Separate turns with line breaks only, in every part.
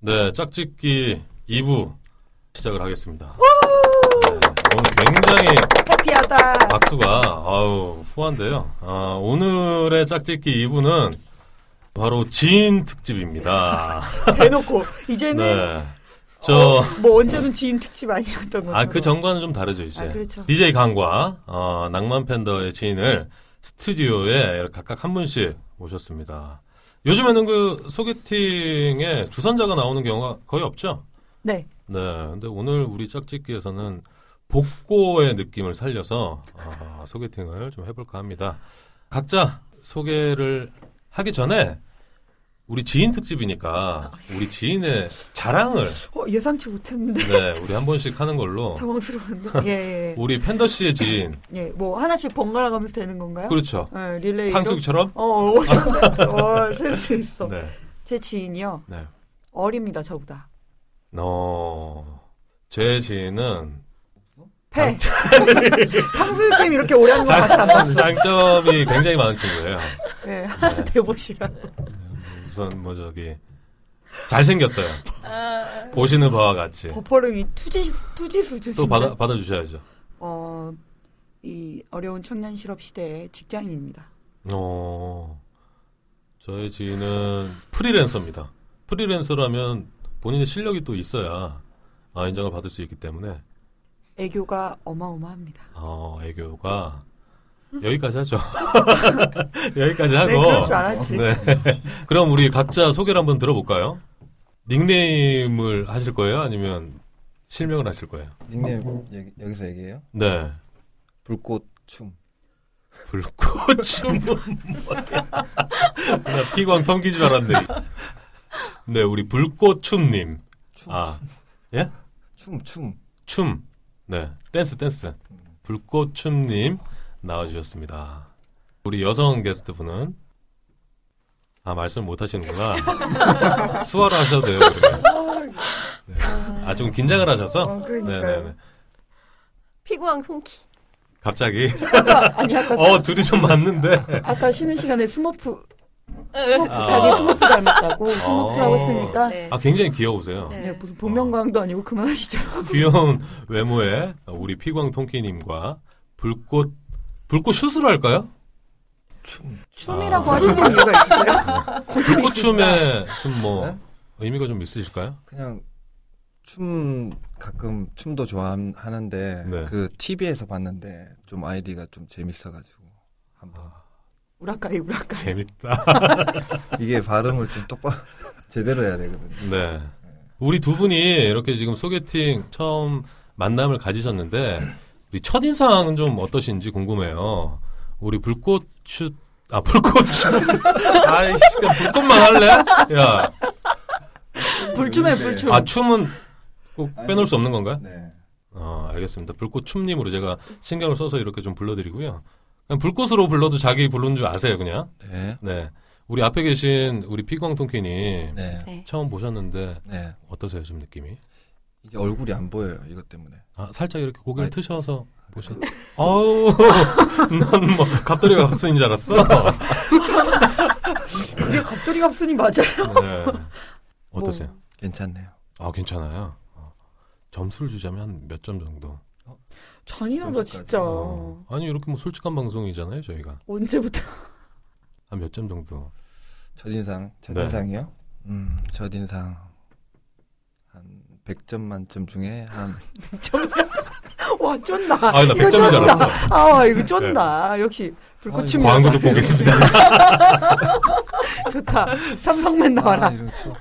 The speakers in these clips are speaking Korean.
네, 짝짓기 2부 시작을 하겠습니다. 네, 오늘 굉장히
해피하다.
박수가 아우 후한데요. 아, 오늘의 짝짓기 2부는 바로 지인 특집입니다.
대놓고 이제는
네, 저
뭐 언제는 지인 특집 아니었던 거죠.
네. 아 그 전과는 좀 다르죠 이제.
아, 그렇죠.
DJ 강과 어, 낭만 팬더의 지인을 스튜디오에 이렇게 각각 한 분씩 모셨습니다. 요즘에는 그 소개팅에 주선자가 나오는 경우가 거의 없죠?
네.
네, 근데 오늘 우리 짝짓기에서는 복고의 느낌을 살려서 아, 소개팅을 좀 해볼까 합니다. 각자 소개를 하기 전에 우리 지인 특집이니까 우리 지인의 자랑을
어, 예상치 못했는데
네, 우리 한 번씩 하는 걸로
당황스러운데. 예, 예.
우리 팬더 씨의 지인
예. 뭐 하나씩 번갈아 가면서 되는 건가요?
그렇죠.
예, 릴레이로.
탕수기처럼
어, 오셨네. 어, 센스 있어.
아. 네,
제 지인이요.
네.
어립니다, 저보다.
어, 제 지인은 아,
패. 탕수육 게임 이렇게 오래 한것 같아.
장점이 굉장히 많은 친구예요.
예.
네.
대보시라.
우선 뭐 저기 잘생겼어요. 보시는 바와 같이
버퍼링이 투지 투지 수준.
또 받아 받아 주셔야죠.
어, 이 어려운 청년 실업 시대의 직장인입니다.
어, 저의 지인은 프리랜서입니다. 프리랜서라면 본인의 실력이 또 있어야 아, 인정을 받을 수 있기 때문에
애교가 어마어마합니다.
어, 애교가 여기까지 하죠. 여기까지 하고
네, 그럴 줄 알았지.
아, 네. 그럼 우리 각자 소개를 한번 들어볼까요? 닉네임을 하실 거예요? 아니면 실명을 하실 거예요?
닉네임 여기, 여기서 얘기해요?
네.
불꽃 춤.
불꽃춤은 뭐야? 나 피광 텅기줄 알았네. 네, 우리 불꽃춤님.
춤.
아,
춤, 춤.
춤. 네, 댄스, 댄스. 불꽃춤님 나와주셨습니다. 우리 여성 게스트 분은, 아, 말씀 못 하시는구나. 수화로 하셔도 돼요. 그러면. 네. 아, 좀 긴장을 하셔서?
어,
네,
그러니까요.
네, 네.
피구왕 송키.
갑자기,
아니 아까
어, 둘이 좀 맞는데.
아까 쉬는 시간에 스머프
네.
스머프
아.
자기 스머프 닮았다고 스머프라고
어.
쓰니까
네.
아, 굉장히 귀여우세요.
네, 무슨 본명과항도 아니고 그만하시죠.
귀여운 외모의 우리 피광 통키님과 불꽃 불꽃 슛으로 할까요?
춤.
춤이라고
아.
하시는 이유가 있어요?
불꽃 춤에 좀 뭐
네?
의미가 좀 있으실까요?
그냥 춤 가끔 춤도 좋아하는데
네.
그 TV에서 봤는데 좀 아이디가 좀 재밌어가지고 한번
우라카이 우라카이.
재밌다.
이게 발음을 좀 똑바로 제대로 해야 되거든요.
네. 우리 두 분이 이렇게 지금 소개팅 처음 만남을 가지셨는데 우리 첫 인상은 좀 어떠신지 궁금해요. 우리 불꽃 슛 아, 불꽃 슛. 아이씨, 그냥 불꽃만 할래? 야,
불춤에 불춤.
네, 아 춤은 꼭 빼놓을 수 없는 건가요?
네.
어, 알겠습니다. 불꽃춤님으로 제가 신경을 써서 이렇게 좀 불러드리고요. 그냥 불꽃으로 불러도 자기 부르는 줄 아세요, 그냥.
네.
네. 우리 앞에 계신 우리 피광통키님
네.
네.
처음 보셨는데
네.
어떠세요, 지금 느낌이?
이게 얼굴이 안 보여요. 이것 때문에.
아, 살짝 이렇게 고개를
아이. 네.
트셔서 보셨. 아우, 난뭐 갑돌이 갑순인 줄 알았어.
그게 갑돌이 갑순이 맞아요.
네. 어떠세요?
괜찮네요.
아, 괜찮아요. 어. 점수를 주자면 한 몇 점 정도?
잔인하다 진짜.
어. 아니 이렇게 뭐 솔직한 방송이잖아요, 저희가
언제부터?
한 몇 점 정도?
첫인상. 첫인상이요?
네.
음, 첫인상. 한 100점 만점 중에 한
와 쫀다.
아, 나
이거
100점인 줄
쫀다.
알았어. 네.
아 이거 쫀다. 역시
네.
불꽃춤이
광고 듣고 오겠습니다.
좋다. 삼성맨 나와라.
아, 이런 춤.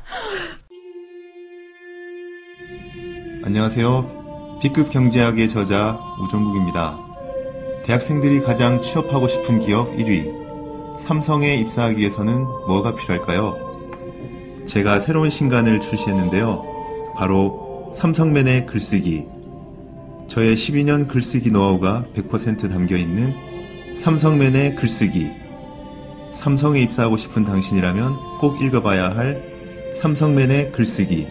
안녕하세요. B급 경제학의 저자 우정국입니다. 대학생들이 가장 취업하고 싶은 기업 1위. 삼성에 입사하기 위해서는 뭐가 필요할까요? 제가 새로운 신간을 출시했는데요. 바로 삼성맨의 글쓰기. 저의 12년 글쓰기 노하우가 100% 담겨 있는 삼성맨의 글쓰기. 삼성에 입사하고 싶은 당신이라면 꼭 읽어봐야 할 삼성맨의 글쓰기.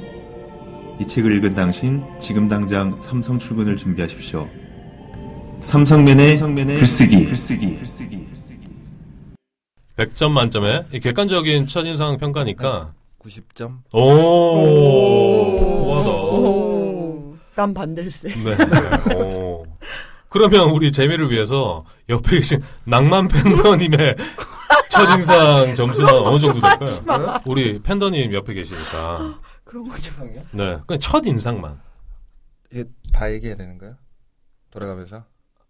이 책을 읽은 당신 지금 당장 삼성 출근을 준비하십시오. 삼성맨의, 글쓰기. 글쓰기. 글쓰기.
100점 만점에 이 객관적인 첫인상 평가니까
90점?
오, 우와다.
오. 난 반댈세.
네. 네. 오. 그러면 우리 재미를 위해서 옆에 계신 낭만 팬더님의 첫인상 점수는 어느 정도 될까요? 우리 팬더님 옆에 계시니까.
그런 거 좀.
이상이야?
네. 그냥 첫인상만.
이게 예, 다 얘기해야 되는 거야? 돌아가면서?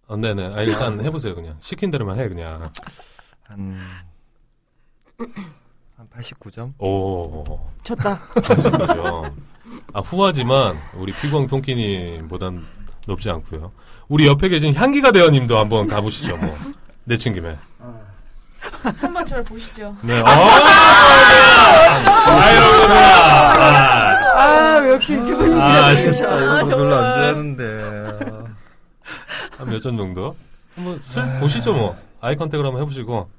어, 네네. 아, 일단 해보세요, 그냥. 시킨 대로만 해, 그냥.
한, 한 89점?
오.
쳤다.
그죠. 아, 후하지만, 우리 피광 통키님보단 높지 않고요 우리 옆에 계신 향기가 대원님도 한번 가보시죠, 뭐. 내친 김에.
한번 저를 보시죠.
네. 아, 아, 이러구나. 아,
아, 역시 두 분이
아,
그러셔.
아, 이거 별로
정말.
안 좋아하는데.
한몇 점 정도? 한번 슬 보시죠, 뭐. 아이 컨택을 한번 해보시고.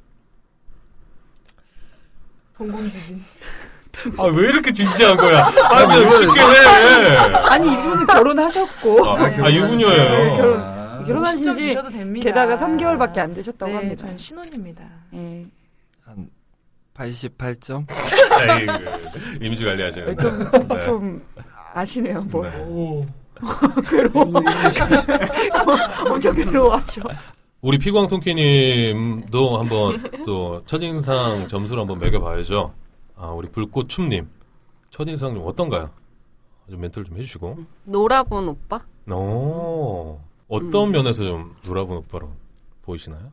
공공지진.
아, 왜 이렇게 진지한 거야? 아, 그냥 쉽게 해.
아니, 이분은 결혼하셨고.
아, 아,
네,
유부녀예요.
결혼-
아,
결혼하신
10점
지
주셔도 됩니다.
게다가 3개월밖에 안 되셨다고
네,
합니다.
전 신혼입니다.
네.
예.
한 88점?
아이고, 이미지 관리하셔야 돼.
좀,
네.
좀 아시네요, 뭐.
네.
괴로워. 엄청 괴로워하셔.
우리 피광통키님도 한번 또 첫인상 점수를 한번 매겨봐야죠. 아 우리 불꽃춤님 첫인상 좀 어떤가요? 좀 멘트를 좀 해주시고.
놀아본 오빠?
오 어떤 면에서 좀 놀아본 오빠로 보이시나요?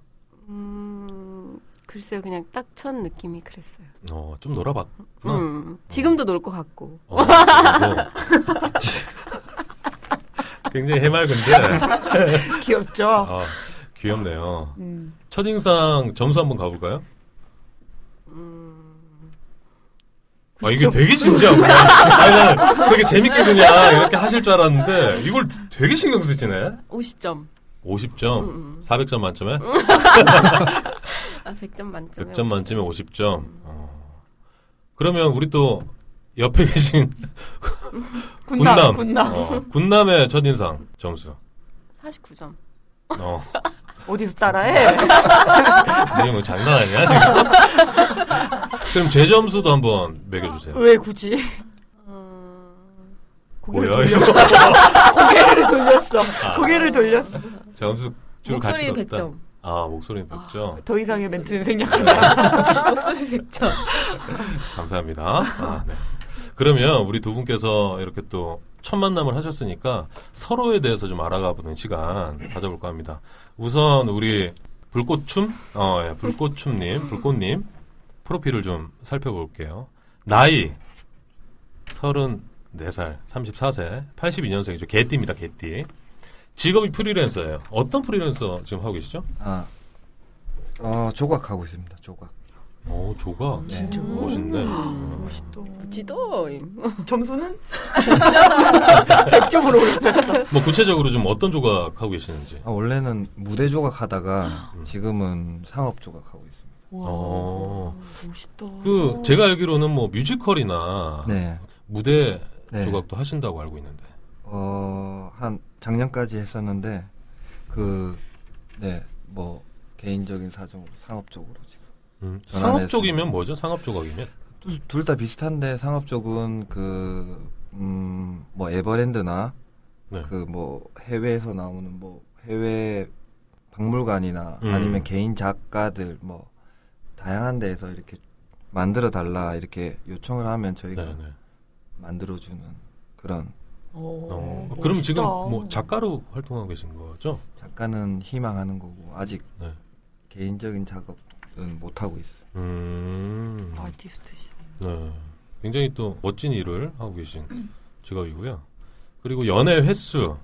음, 글쎄요, 그냥 딱 첫 느낌이 그랬어요.
어좀 놀아봤구나.
음, 지금도 놀 것 같고.
어, 그리고 굉장히 해맑은데
귀엽죠?
아, 귀엽네요.
음.
첫인상 점수 한번 가볼까요? 아, 이게
좀-
되게 진지하구나. 아니, 나는 되게 재밌게 그냥 이렇게 하실 줄 알았는데, 이걸 되게 신경 쓰시네.
50점.
50점,
음, 음.
400점 만점에?
아, 100점 만점에.
100점 만점에 50점. 어. 그러면 우리 또 옆에 계신 군남.
군남, 군남.
어, 군남의 첫인상 점수.
49점.
어,
어디서 따라해?
이게 뭐 장난 아니야, 지금? 그럼 제 점수도 한번 매겨주세요.
왜 굳이?
음,
고개를
뭐야,
돌려.
이거? 아.
고개를 돌렸어. 고개를 돌렸어.
점수 줄
목소리
가치가 없다.
100점.
아, 목소리는 100점. 네,
더 이상의 멘트는 생략한다.
아, 목소리 100점.
감사합니다. 아, 네. 그러면 우리 두 분께서 이렇게 또 첫 만남을 하셨으니까 서로에 대해서 좀 알아가보는 시간 가져볼까 합니다. 우선 우리 불꽃춤, 어, 예, 불꽃춤님, 불꽃님 프로필을 좀 살펴볼게요. 나이 34살, 34세, 82년생이죠. 개띠입니다, 개띠. 직업이 프리랜서예요. 어떤 프리랜서 지금 하고 계시죠?
아, 어, 조각하고 있습니다, 조각.
오, 어, 조각.
음.
음,
진짜
멋있네. 뭐 음.
멋있다.
지도임.
점수는? 100점으로 올라갔어.
뭐 구체적으로 좀 어떤 조각 하고 계시는지.
아, 원래는 무대 조각하다가 지금은 상업 조각하고 있습니다.
어.
멋있다.
그 제가 알기로는 뭐 뮤지컬이나
네.
무대
네.
조각도 하신다고 알고 있는데.
어, 한 작년까지 했었는데 그 네, 뭐 개인적인 사정으로 상업적으로 지금
음,
저는 안
상업
했습니다.
쪽이면 뭐죠? 상업 조각이면
둘 다 비슷한데 상업 쪽은 그 음 뭐 에버랜드나
네.
그 뭐 해외에서 나오는 뭐 해외 박물관이나
음.
아니면 개인 작가들 뭐 다양한 데에서 이렇게 만들어 달라 이렇게 요청을 하면 저희가
네, 네.
만들어 주는 그런
어, 그럼 지금 뭐 작가로 활동하고 계신 거죠?
작가는 희망하는 거고 아직
네.
개인적인 작업은 못 하고 있어요.
음.
아티스트시.
네. 굉장히 또 멋진 일을 하고 계신 직업이고요. 그리고 연애 횟수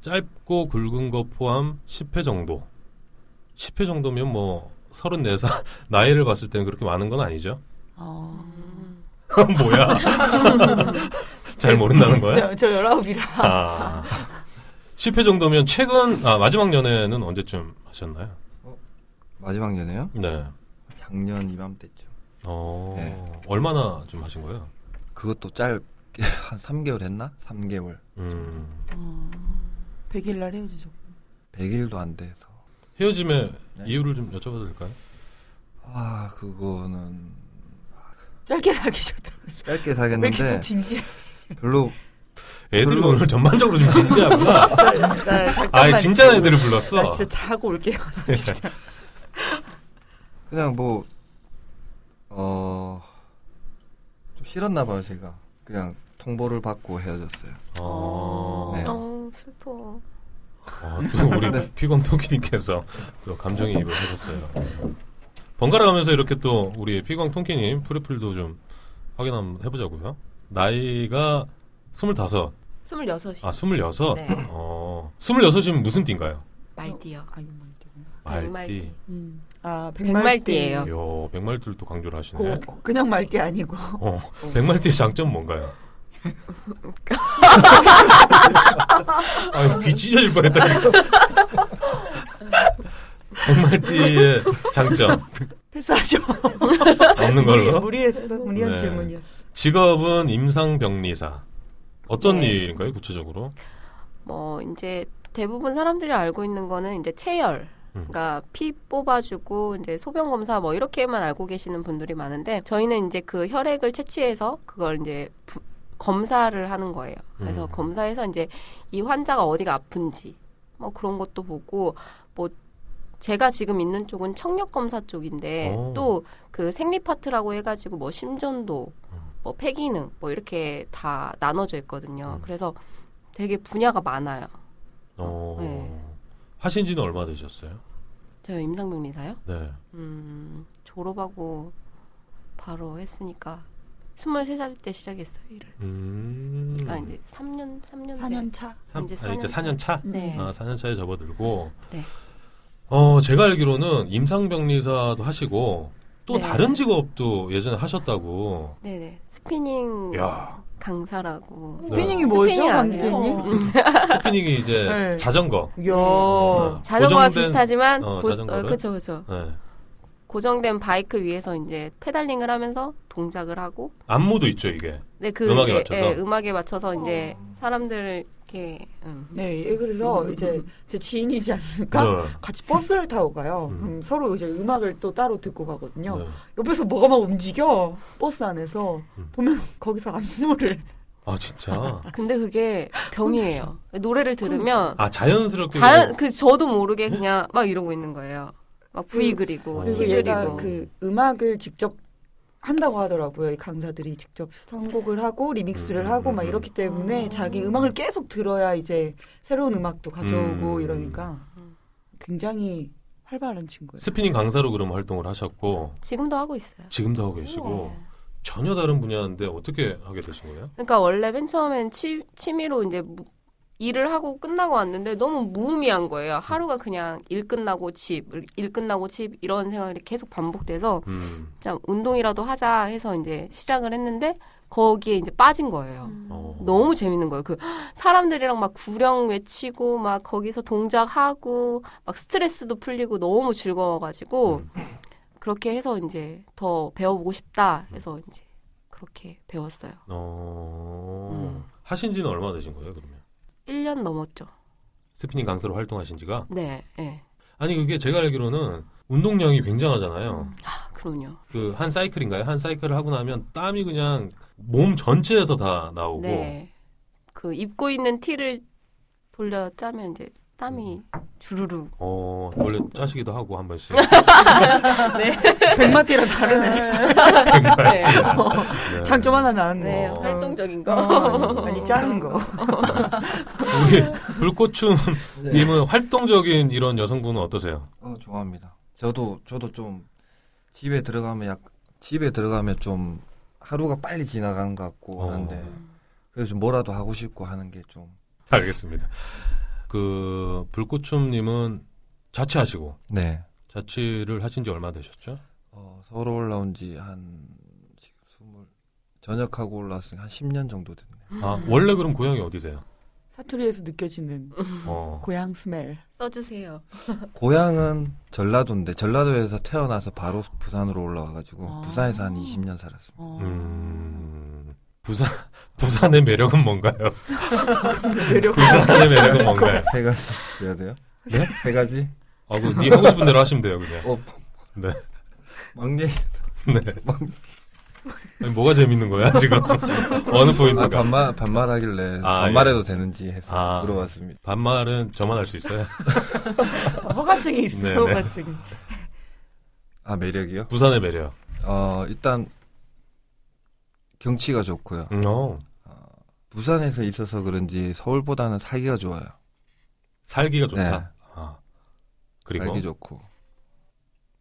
짧고 굵은 거 포함 10회 정도. 10회 정도면 뭐 34살 나이를 봤을 때는 그렇게 많은 건 아니죠?
어.
뭐야? 잘 모른다는 거야?
저, 저 19이라.
아. 10회 정도면 최근 아 마지막 연애는 언제쯤 하셨나요?
마지막 연애요?
네.
작년 이맘때쯤.
어.
네.
얼마나 좀 하신 거예요?
그것도 짧게 한 3개월 했나? 3개월.
음.
100일 날 헤어지죠.
100일도 안 돼서.
헤어짐의
네.
이유를 좀 여쭤봐도 될까요?
아, 그거는 아,
짧게 사귀셨다.
짧게
왜 이렇게 또
사귀었는데
진지해?
별로
애들이
별로-
오늘 전반적으로 좀 진지하구나.
나 네, 잠깐만.
아, 진짜 애들을 불렀어.
나 아, 진짜 자고 올게요.
그냥 뭐, 어, 좀 싫었나 봐요, 제가. 그냥 통보를 받고 헤어졌어요.
어,
네.
어, 슬퍼.
어, 또 우리 피검 토끼님께서 또 감정이입을 하셨어요. 번갈아 가면서 이렇게 또 우리 피검 토끼님 프리플도 좀 확인 한번 해보자고요. 나이가 25,
26이.
아, 26?
네.
어, 26이면 무슨 띠인가요?
말띠요.
아니 뭐 말이야.
말띠.
백말띠.
음. 아 백말띠.
백말띠예요.
요, 백말띠를 또 강조를 하시네.
그냥 말띠 아니고.
어, 백말띠의 장점 뭔가요? 아, 귀 찢어질 뻔했다. 지금. 백말띠의 장점
패스하죠.
없는 걸로.
무리했어. 무리한
네.
질문이었어.
직업은 임상병리사. 어떤
네.
일인가요, 구체적으로?
뭐 이제 대부분 사람들이 알고 있는 거는 이제 체열.
음.
그러니까 피 뽑아주고 이제 소변 검사 뭐 이렇게만 알고 계시는 분들이 많은데 저희는 이제 그 혈액을 채취해서 그걸 이제 부- 검사를 하는 거예요. 그래서
음.
검사해서 이제 이 환자가 어디가 아픈지 뭐 그런 것도 보고 뭐 제가 지금 있는 쪽은 청력 검사 쪽인데
오.
또 그 생리 파트라고 해가지고 뭐 심전도
음.
뭐 폐기능 뭐 이렇게 다 나눠져 있거든요.
음.
그래서 되게 분야가 많아요.
어,
네.
하신 지는 얼마 되셨어요?
저 임상병리사요?
네.
음, 졸업하고 바로 했으니까 23살 때 시작했어요, 일을.
음.
그러니까 이제 3년, 3년.
4년 차.
삼-
이제
아, 이제
4년
4년 차?
네.
아, 4년 차에 접어들고.
네.
어, 제가 알기로는 임상병리사도 하시고 또
네.
다른 직업도 예전에 하셨다고.
네네. 스피닝
야,
강사라고.
네.
스피닝이 뭐죠,
스피닝 안
강지님?
해요.
스피닝이 이제
네.
자전거.
야.
자전거와
고정된-
비슷하지만,
어,
고,
자전거를?
어, 그쵸, 그쵸.
네.
고정된 바이크 위에서 이제 페달링을 하면서 동작을 하고,
안무도 있죠, 이게.
네, 그
음악에
이제,
맞춰서?
예, 음악에 맞춰서 이제
어.
사람들을 이렇게 음.
네, 예, 그래서 이제 제 지인이지 않습니까?
네.
같이 버스를 타고 가요.
음.
그럼 서로 이제 음악을 또 따로 듣고 가거든요.
네.
옆에서 뭐가 막 움직여 버스 안에서
음.
보면 거기서 안무를
아, 진짜.
근데 그게 병이에요. 노래를 들으면
아, 자연스럽게.
자연 그 저도 모르게 그냥 막 이러고 있는 거예요. 막 V 그리고
어.
T
음. 그리고 얘가
그리고
그 음악을 직접 한다고 하더라고요. 이 강사들이 직접 선곡을 하고 리믹스를
음,
하고
음,
막
음.
이렇기 때문에 자기 음악을 계속 들어야 이제 새로운 음악도 가져오고
음.
이러니까 굉장히 활발한 친구예요.
스피닝 강사로 그럼 활동을 하셨고
지금도 하고 있어요.
지금도 하고
예.
계시고 전혀 다른 분야인데 어떻게 하게 되신 거예요?
그러니까 원래 맨 처음엔 취, 취미로 이제 무- 일을 하고 끝나고 왔는데 너무 무의미한 거예요. 하루가 그냥 일 끝나고 집, 일 끝나고 집 이런 생각이 계속 반복돼서
음.
그냥 운동이라도 하자 해서 이제 시작을 했는데 거기에 이제 빠진 거예요.
어.
너무 재밌는 거예요. 그 사람들이랑 막 구령 외치고 막 거기서 동작하고 막 스트레스도 풀리고 너무 즐거워가지고
음.
그렇게 해서 이제 더 배워보고 싶다 해서 이제 그렇게 배웠어요.
어.
음.
하신 지는 얼마나 되신 거예요, 그러면?
1년 넘었죠.
스피닝 강사로 활동하신 지가?
네, 네.
아니, 그게 제가 알기로는 운동량이 굉장하잖아요.
음.
아, 그럼요.
그 한 사이클인가요? 한 사이클을 하고 나면 땀이 그냥 몸 전체에서 다 나오고
네. 그 입고 있는 티를 돌려 짜면 이제 땀이
음.
주르르.
어, 원래 짜시기도 하고 한 번씩.
백마띠랑 다르네. 어,
네.
네.
장점 하나 나왔네.
네,
어.
어,
활동적인 거.
아니, 아니 짜는 거.
우리 불꽃춤
네.
님은 활동적인 이런 여성분은 어떠세요?
어, 좋아합니다. 저도, 저도 좀 집에 들어가면 약, 집에 들어가면 좀 하루가 빨리 지나간 것 같고
어.
하는데, 그래서 좀 뭐라도 하고 싶고 하는 게 좀,
알겠습니다. 그 불꽃춤 님은 자취하시고
네.
자취를 하신 지 얼마 되셨죠?
어, 서울 올라온 지 한, 지금 스물, 전역하고 올라왔으니까 한 10년 정도 됐네요.
아,
음.
원래 그럼 고향이 어디세요?
사투리에서 느껴지는
어.
고향 스멜.
써주세요.
고향은 전라도인데, 전라도에서 태어나서 바로 부산으로 올라와가지고,
아.
부산에서 한 20년 살았습니다.
어.
음. 부산 부산의 매력은 뭔가요?
매력.
부산의 매력은 뭔가요?
세 가지 돼야 돼요?
네?
세 가지?
아, 그네 하고 싶은 대로 하시면 돼요, 그냥.
어,
네.
막내
네. 아니, 뭐가 재밌는 거야 지금? 어느
아,
포인트가?
반말 반말하길래
아,
반말해도 되는지 해서
아.
물어봤습니다.
반말은 저만 할 수 있어요.
허가증이 있어
네, 네.
요 허가증이.
아 매력이요?
부산의 매력.
어 일단 경치가 좋고요.
음, 어.
부산에서 있어서 그런지 서울보다는 살기가 좋아요.
살기가 좋다.
네.
아. 그리고
살기 좋고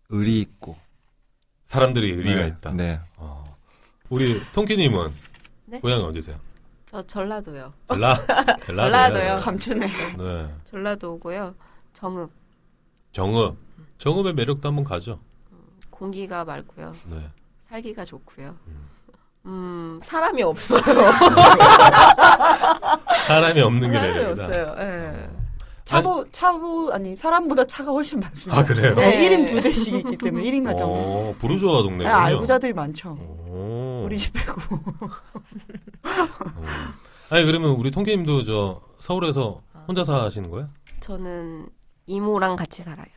의리 있고
사람들이 의리가
네,
있다.
네.
어. 우리 통키님은
네?
고향이 어디세요?
저 전라도요.
전라
전라도요.
감추네.
네.
전라도고요. 정읍
정읍. 정읍의 매력도 한번 가죠.
공기가 맑고요.
네.
살기가 좋고요.
음.
음 사람이 없어요.
사람이 없는 게
사람이
매력이다. 음.
없어요. 예.
차보 차보 아니 사람보다 차가 훨씬 많습니다.
아 그래요?
네.
네. 1인 두 대씩 있기 때문에 1인 가정.
어, 부르주아
네,
동네군요. 어.
알고자들이 많죠.
오.
우리 집 빼고.
음. 아니 그러면 우리 통키님도 저 서울에서
아.
혼자 사시는 거예요?
저는 이모랑 같이 살아요.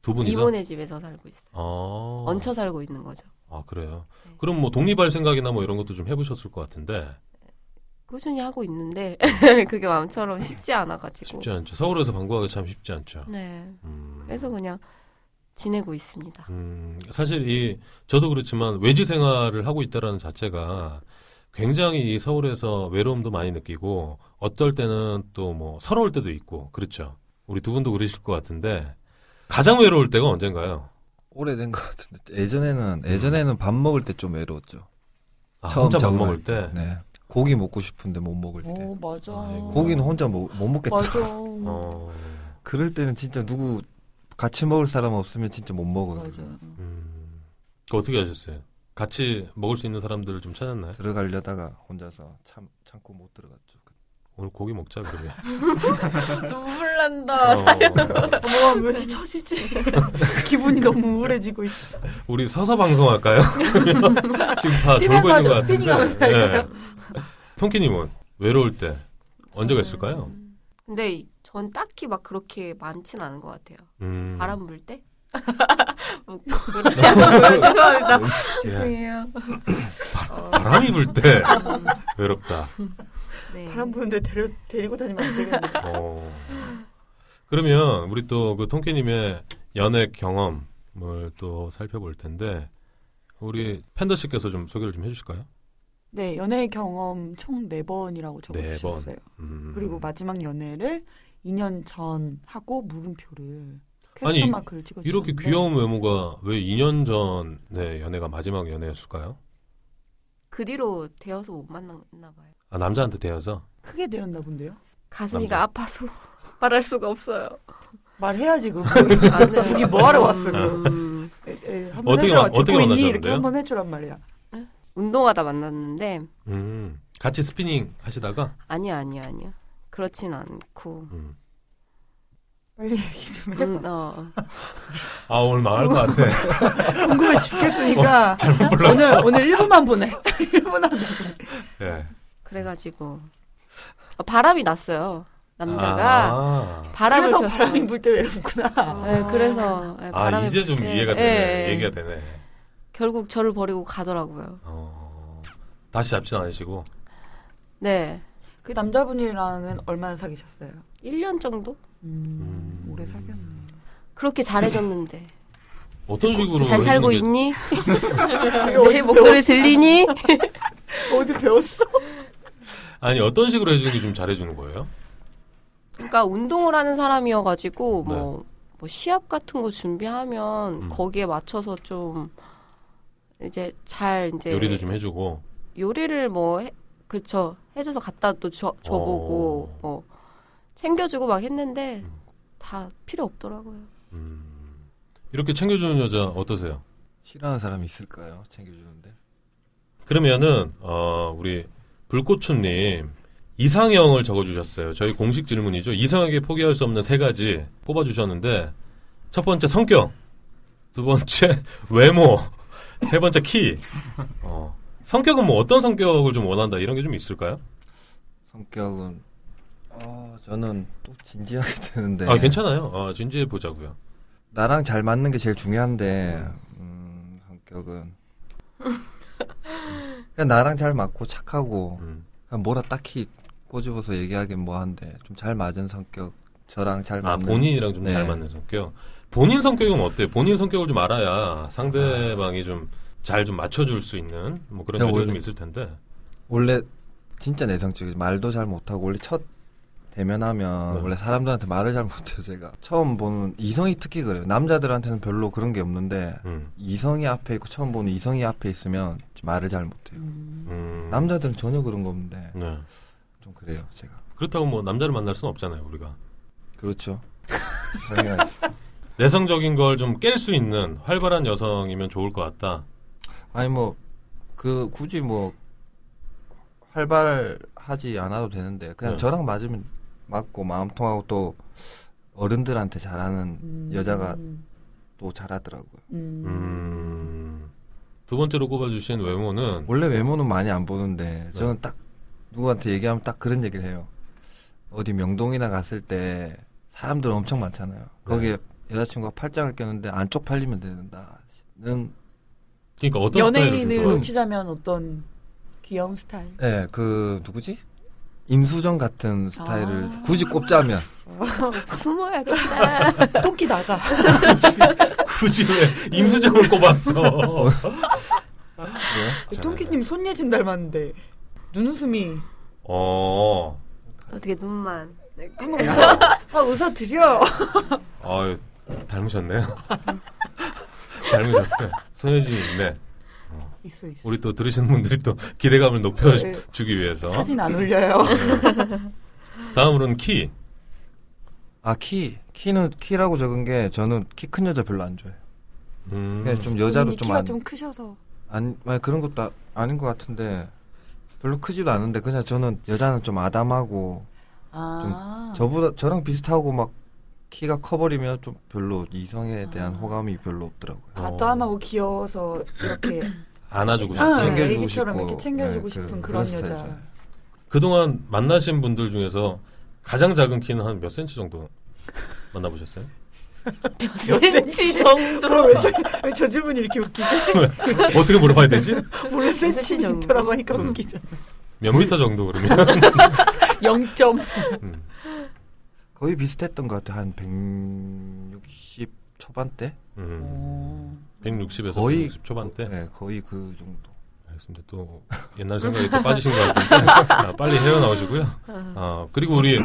두 분이서?
이모네 집에서 살고 있어요.
아.
얹혀 살고 있는 거죠.
아 그래요.
네.
그럼 뭐 독립할 생각이나 뭐 이런 것도 좀 해보셨을 것 같은데
꾸준히 하고 있는데 그게 마음처럼 쉽지 않아가지고.
쉽지 않죠. 서울에서 방구하기 참 쉽지 않죠.
네.
음.
그래서 그냥 지내고 있습니다.
음, 사실 이 저도 그렇지만 외지 생활을 하고 있다라는 자체가 굉장히 이 서울에서 외로움도 많이 느끼고 어떨 때는 또 뭐 서러울 때도 있고 그렇죠. 우리 두 분도 그러실 것 같은데 가장 외로울 때가 언젠가요?
오래된 것 같은데 예전에는 예전에는 밥 먹을 때 좀 외로웠죠.
아,
처음
혼자 밥
적응할
먹을 때.
네. 고기 먹고 싶은데 못 먹을 때.
어 맞아.
아이고.
고기는 혼자 뭐, 못, 못 먹겠다.
맞아.
어,
그럴 때는 진짜 누구 같이 먹을 사람 없으면 진짜 못 먹어요.
맞아.
음, 그 어떻게 하셨어요? 같이 먹을 수 있는 사람들을 좀 찾았나요?
들어가려다가 혼자서 참 참고 못 들어갔죠. 그
오늘 고기 먹자 그래.
눈물 난다.
아, 네.
어,
어머 왜 이렇게 처지지? 네. 기분이 너무 우울해지고 있어.
우리 서서 방송할까요? 지금 다
뛰면서
졸고 있는
하죠.
것 같은데. 네.
스피닝하면서 할까요?
통키님은 외로울 때 언제가 있을까요?
음. 근데 이- 전 딱히 막 그렇게 많진 않은 것 같아요.
음.
바람 불 때? 뭐 그렇지 않아요. 죄송합니다. 죄송해요. 어,
예. 바람이 불 때 외롭다.
네.
바람 부는데 데려, 데리고 다니면 안 되겠네.
어. 그러면 우리 또 그 통키님의 연애 경험을 또 살펴볼 텐데 우리 팬더 씨께서 좀 소개를 좀 해주실까요?
네, 연애 경험 총 4번이라고 적어주셨어요.
음.
그리고 마지막 연애를 2년 전 하고 물음표를
아니,
퀘스천 마크를 찍어주셨는데
이렇게
네.
귀여운 외모가 왜 2년 전의 연애가 마지막 연애였을까요?
그 뒤로 되어서 못 만났나 봐요.
아, 남자한테 대여서
크게 되었나 본데요.
가슴이가
남자.
아파서 말할 수가 없어요.
말해야지 그럼.
안 돼요.
여기 뭐하러 왔어, 그럼?
음,
에, 에, 예, 한번
어떻게
해주라.
만- 어떻게
듣고 있니? 이렇게
만나셨는데요?
한번 해주란 말이야.
운동하다 만났는데
음. 같이 스피닝 하시다가
아니야 아니야 아니야. 그렇진 않고.
음.
빨리 얘기 좀 해.
음, 어.
아 오늘 망할 것 같아.
궁금해 죽겠으니까 오늘 오늘 1분만 보내. 1분 안에.
네.
예.
그래가지고 아, 바람이 났어요. 남자가
아.
바람을
그래서
폈어요.
바람이 불 때 외롭구나.
네, 그래서 네,
아,
바람을
이제 좀
폈는데,
이해가
예,
되네.
예.
얘기가 되네.
결국 저를 버리고 가더라고요.
어, 다시 잡진 않으시고.
네,
그 남자분이랑은 얼마나 사귀셨어요?
1년 정도
음, 오래 사귀었네.
그렇게 잘해줬는데
어떤 식으로.
잘 살고
해주는 게-
있니? 내 목소리 들리니?
어디 배웠어?
아니, 어떤 식으로 해주는 게 좀 잘해주는 거예요?
그러니까 운동을 하는 사람이어가지고 뭐, 뭐 시합 같은 거 준비하면
네. 음.
거기에 맞춰서 좀 이제 잘 이제
요리도 좀 해주고.
요리를 뭐 해, 그쵸 해줘서 갖다 또 줘, 줘보고
어.
뭐 챙겨주고 막 했는데
음.
다 필요 없더라고요.
음, 이렇게 챙겨주는 여자 어떠세요?
싫어하는 사람이 있을까요? 챙겨주는데.
그러면은, 어, 우리 불꽃추님. 이상형을 적어주셨어요. 저희 공식 질문이죠. 이상하게 포기할 수 없는 세 가지 뽑아주셨는데, 첫 번째 성격, 두 번째 외모, 세 번째 키. 어, 성격은 뭐 어떤 성격을 좀 원한다 이런 게 좀 있을까요?
성격은 어, 저는 또 진지하게 되는데.
아 괜찮아요. 아, 진지해 보자고요.
나랑 잘 맞는 게 제일 중요한데. 음, 성격은 그냥 나랑 잘 맞고 착하고
음.
그냥 뭐라 딱히 꼬집어서 얘기하긴 뭐한데 좀 잘 맞은 성격 저랑 잘
아
맞는
본인이랑 좀 잘
네.
맞는 성격. 본인 성격은 어때요? 본인 성격을 좀 알아야 상대방이 좀 잘 좀 맞춰줄 수 있는 뭐 그런
제가
요소가 좀
원래-
있을 텐데.
원래 진짜 내성적이지 말도 잘 못하고 원래 첫 대면하면
네.
원래 사람들한테 말을 잘 못해요 제가 처음 보는 이성이 특히 그래요 남자들한테는 별로 그런 게 없는데
음.
이성이 앞에 있고 처음 보는 이성이 앞에 있으면 말을 잘 못해요
음.
남자들은 전혀 그런 거 없는데
네.
좀 그래요 제가
그렇다고 뭐 남자를 만날 수는 없잖아요 우리가.
그렇죠 당연하죠
내성적인 걸 좀 깰 수 있는 활발한 여성이면 좋을 것 같다.
아니 뭐 그 굳이 뭐 활발하지 않아도 되는데 그냥
네.
저랑 맞으면 맞고 마음 통하고 또 어른들한테 잘하는 여자가
음,
또 잘하더라고요.
음.
음. 두 번째로 꼽아주신 외모는
원래 외모는 많이 안 보는데 저는 딱 누구한테 얘기하면 딱 그런 얘기를 해요. 어디 명동이나 갔을 때 사람들 엄청 많잖아요. 거기에 여자친구가 팔짱을 꼈는데 안쪽 팔리면 된다는
그러니까 어떤 스타일을 좀
연예인으로
좋아해요?
치자면 어떤 귀여운 스타일?
예, 그 누구지? 임수정 같은 스타일을
아.
굳이 꼽자면
숨어야겠다.
토끼 나가.
굳이 왜 임수정을 꼽았어?
토끼님 그 손예진 닮았는데 눈웃음이
어,
어떻게 눈만.
아 의사 드려.
아유, 닮으셨네요. 닮으셨어요. 손예진, 네.
있어 있어.
우리 또 들으시는 분들이 또 기대감을
네.
높여주기 위해서.
사진 안 올려요.
다음으로는 키.
아, 키. 키는 키라고 적은 게 저는 키 큰 여자 별로 안 좋아해요.
음,
그냥 네, 좀 여자로
언니 키가
좀안
좀 크셔서.
아니, 아니 그런 것도 아- 아닌 것 같은데 별로 크지도 않은데 그냥 저는 여자는 좀 아담하고
아.
저보다 저랑 비슷하고 막 키가 커버리면 좀 별로
아.
이성에 대한 호감이 별로 없더라고요.
아담하고 귀여워서 이렇게
어, 안아주고 싶죠.
아,
챙겨주고
애기처럼
싶고,
이렇게 챙겨주고
네,
싶은
그-
그런
그런
여자.
스타일이죠.
그동안 만나신 분들 중에서 가장 작은 키는 한 몇 센치 정도 만나보셨어요?
몇 센치 정도.
그럼 왜저 저 질문이 이렇게 웃기지?
어떻게 물어봐야 되지?
원래
센치
센티미터라고 하니까
음.
웃기잖아.
몇 미터 정도 그러면?
0점.
음.
거의 비슷했던 것 같아요. 한 160 초반대?
음. 160에서
거의
160 초반대.
네, 거의 그 정도.
알겠습니다. 또 옛날 생각에 또 빠지신 것 같은데 아, 빨리 헤어나오시고요. 아, 그리고 우리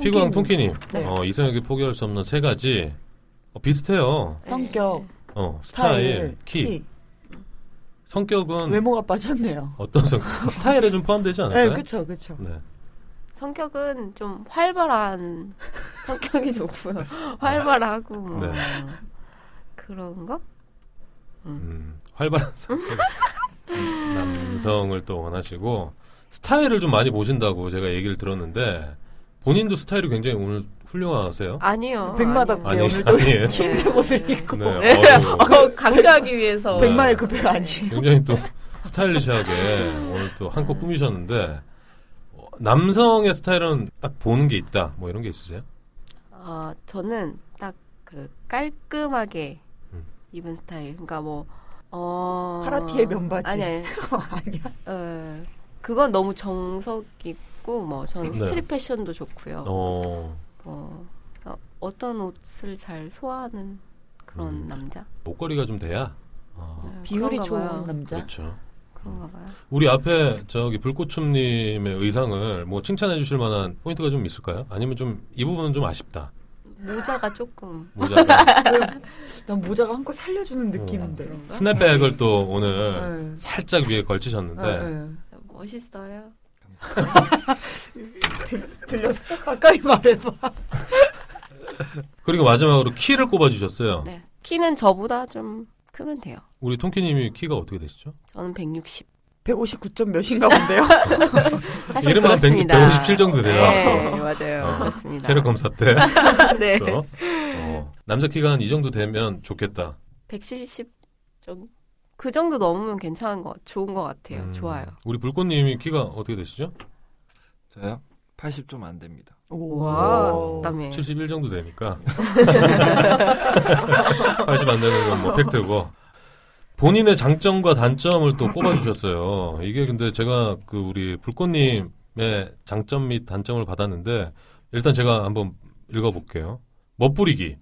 피구왕 통키님
네.
어, 이성에게 포기할 수 없는 세 가지 어, 비슷해요.
성격,
어, 스타일,
스타일,
키, 성격은
외모가 빠졌네요.
어떤 성격? 스타일에 좀 포함되지
뭐- 네,
않을까요?
그쵸, 그쵸.
네.
성격은 좀 활발한 성격이 좋고요. 활발하고 뭐
네.
그런 거?
음, 활발한 성격. 음, 남성을 또 원하시고 스타일을 좀 많이 보신다고 제가 얘기를 들었는데 본인도 스타일이 굉장히 오늘 훌륭하세요.
아니요.
백마다
아니요.
아니,
오늘도
아니에요.
흰색 옷을 입고
네,
네.
어우,
어, 강조하기 위해서.
네.
백마의 그 백 아니에요.
굉장히 또 스타일리시하게 오늘 또 한껏 꾸미셨는데 어, 남성의 스타일은 딱 보는 게 있다 뭐 이런 게 있으세요?
어, 저는 딱 그 깔끔하게
음.
입은 스타일. 그러니까 뭐 어...
파라티에 면바지.
아니 아니.
아니야.
어, 그건 너무 정석 있고 뭐 저는
네.
스트릿 패션도 좋고요.
어
뭐 어, 어떤 옷을 잘 소화하는 그런
음.
남자.
목걸이가 좀 돼야 어,
네,
비율이
그런가 봐요.
좋은 남자.
그렇죠.
그런가 봐요.
우리 앞에 저기 불꽃춤님의 의상을 뭐 칭찬해 주실 만한 포인트가 좀 있을까요? 아니면 좀 이 부분은 좀 아쉽다
모자가 조금 네.
모자가
난 모자가 한껏
음.
살려주는 느낌인데.
스냅백을 또 오늘
네.
살짝 위에 걸치셨는데
네.
멋있어요.
들렸어? 가까이 말해봐.
그리고 마지막으로 키를 꼽아 주셨어요.
네. 키는 저보다 좀 크면 돼요.
우리 통키님이 키가 어떻게 되시죠?
저는 160.
159점 몇인가 본데요?
사실
이름은 한
그렇습니다.
157 정도 돼요.
네, 맞아요.
어.
그렇습니다.
체력 검사 때
네.
또, 어, 남자 키가 한 이 정도 되면 좋겠다.
170 정도. 그 정도 넘으면 괜찮은 것, 좋은 것 같아요.
음,
네, 좋아요.
우리 불꽃님이 키가 어떻게 되시죠?
저요? 80 좀 안 됩니다.
와,
오,
땀이.
71 정도 되니까. 80 안 되는 건 뭐 팩트고. 본인의 장점과 단점을 또 꼽아주셨어요. 이게 근데 제가 그 우리 불꽃님의 장점 및 단점을 받았는데 일단 제가 한번 읽어볼게요. 멋부리기,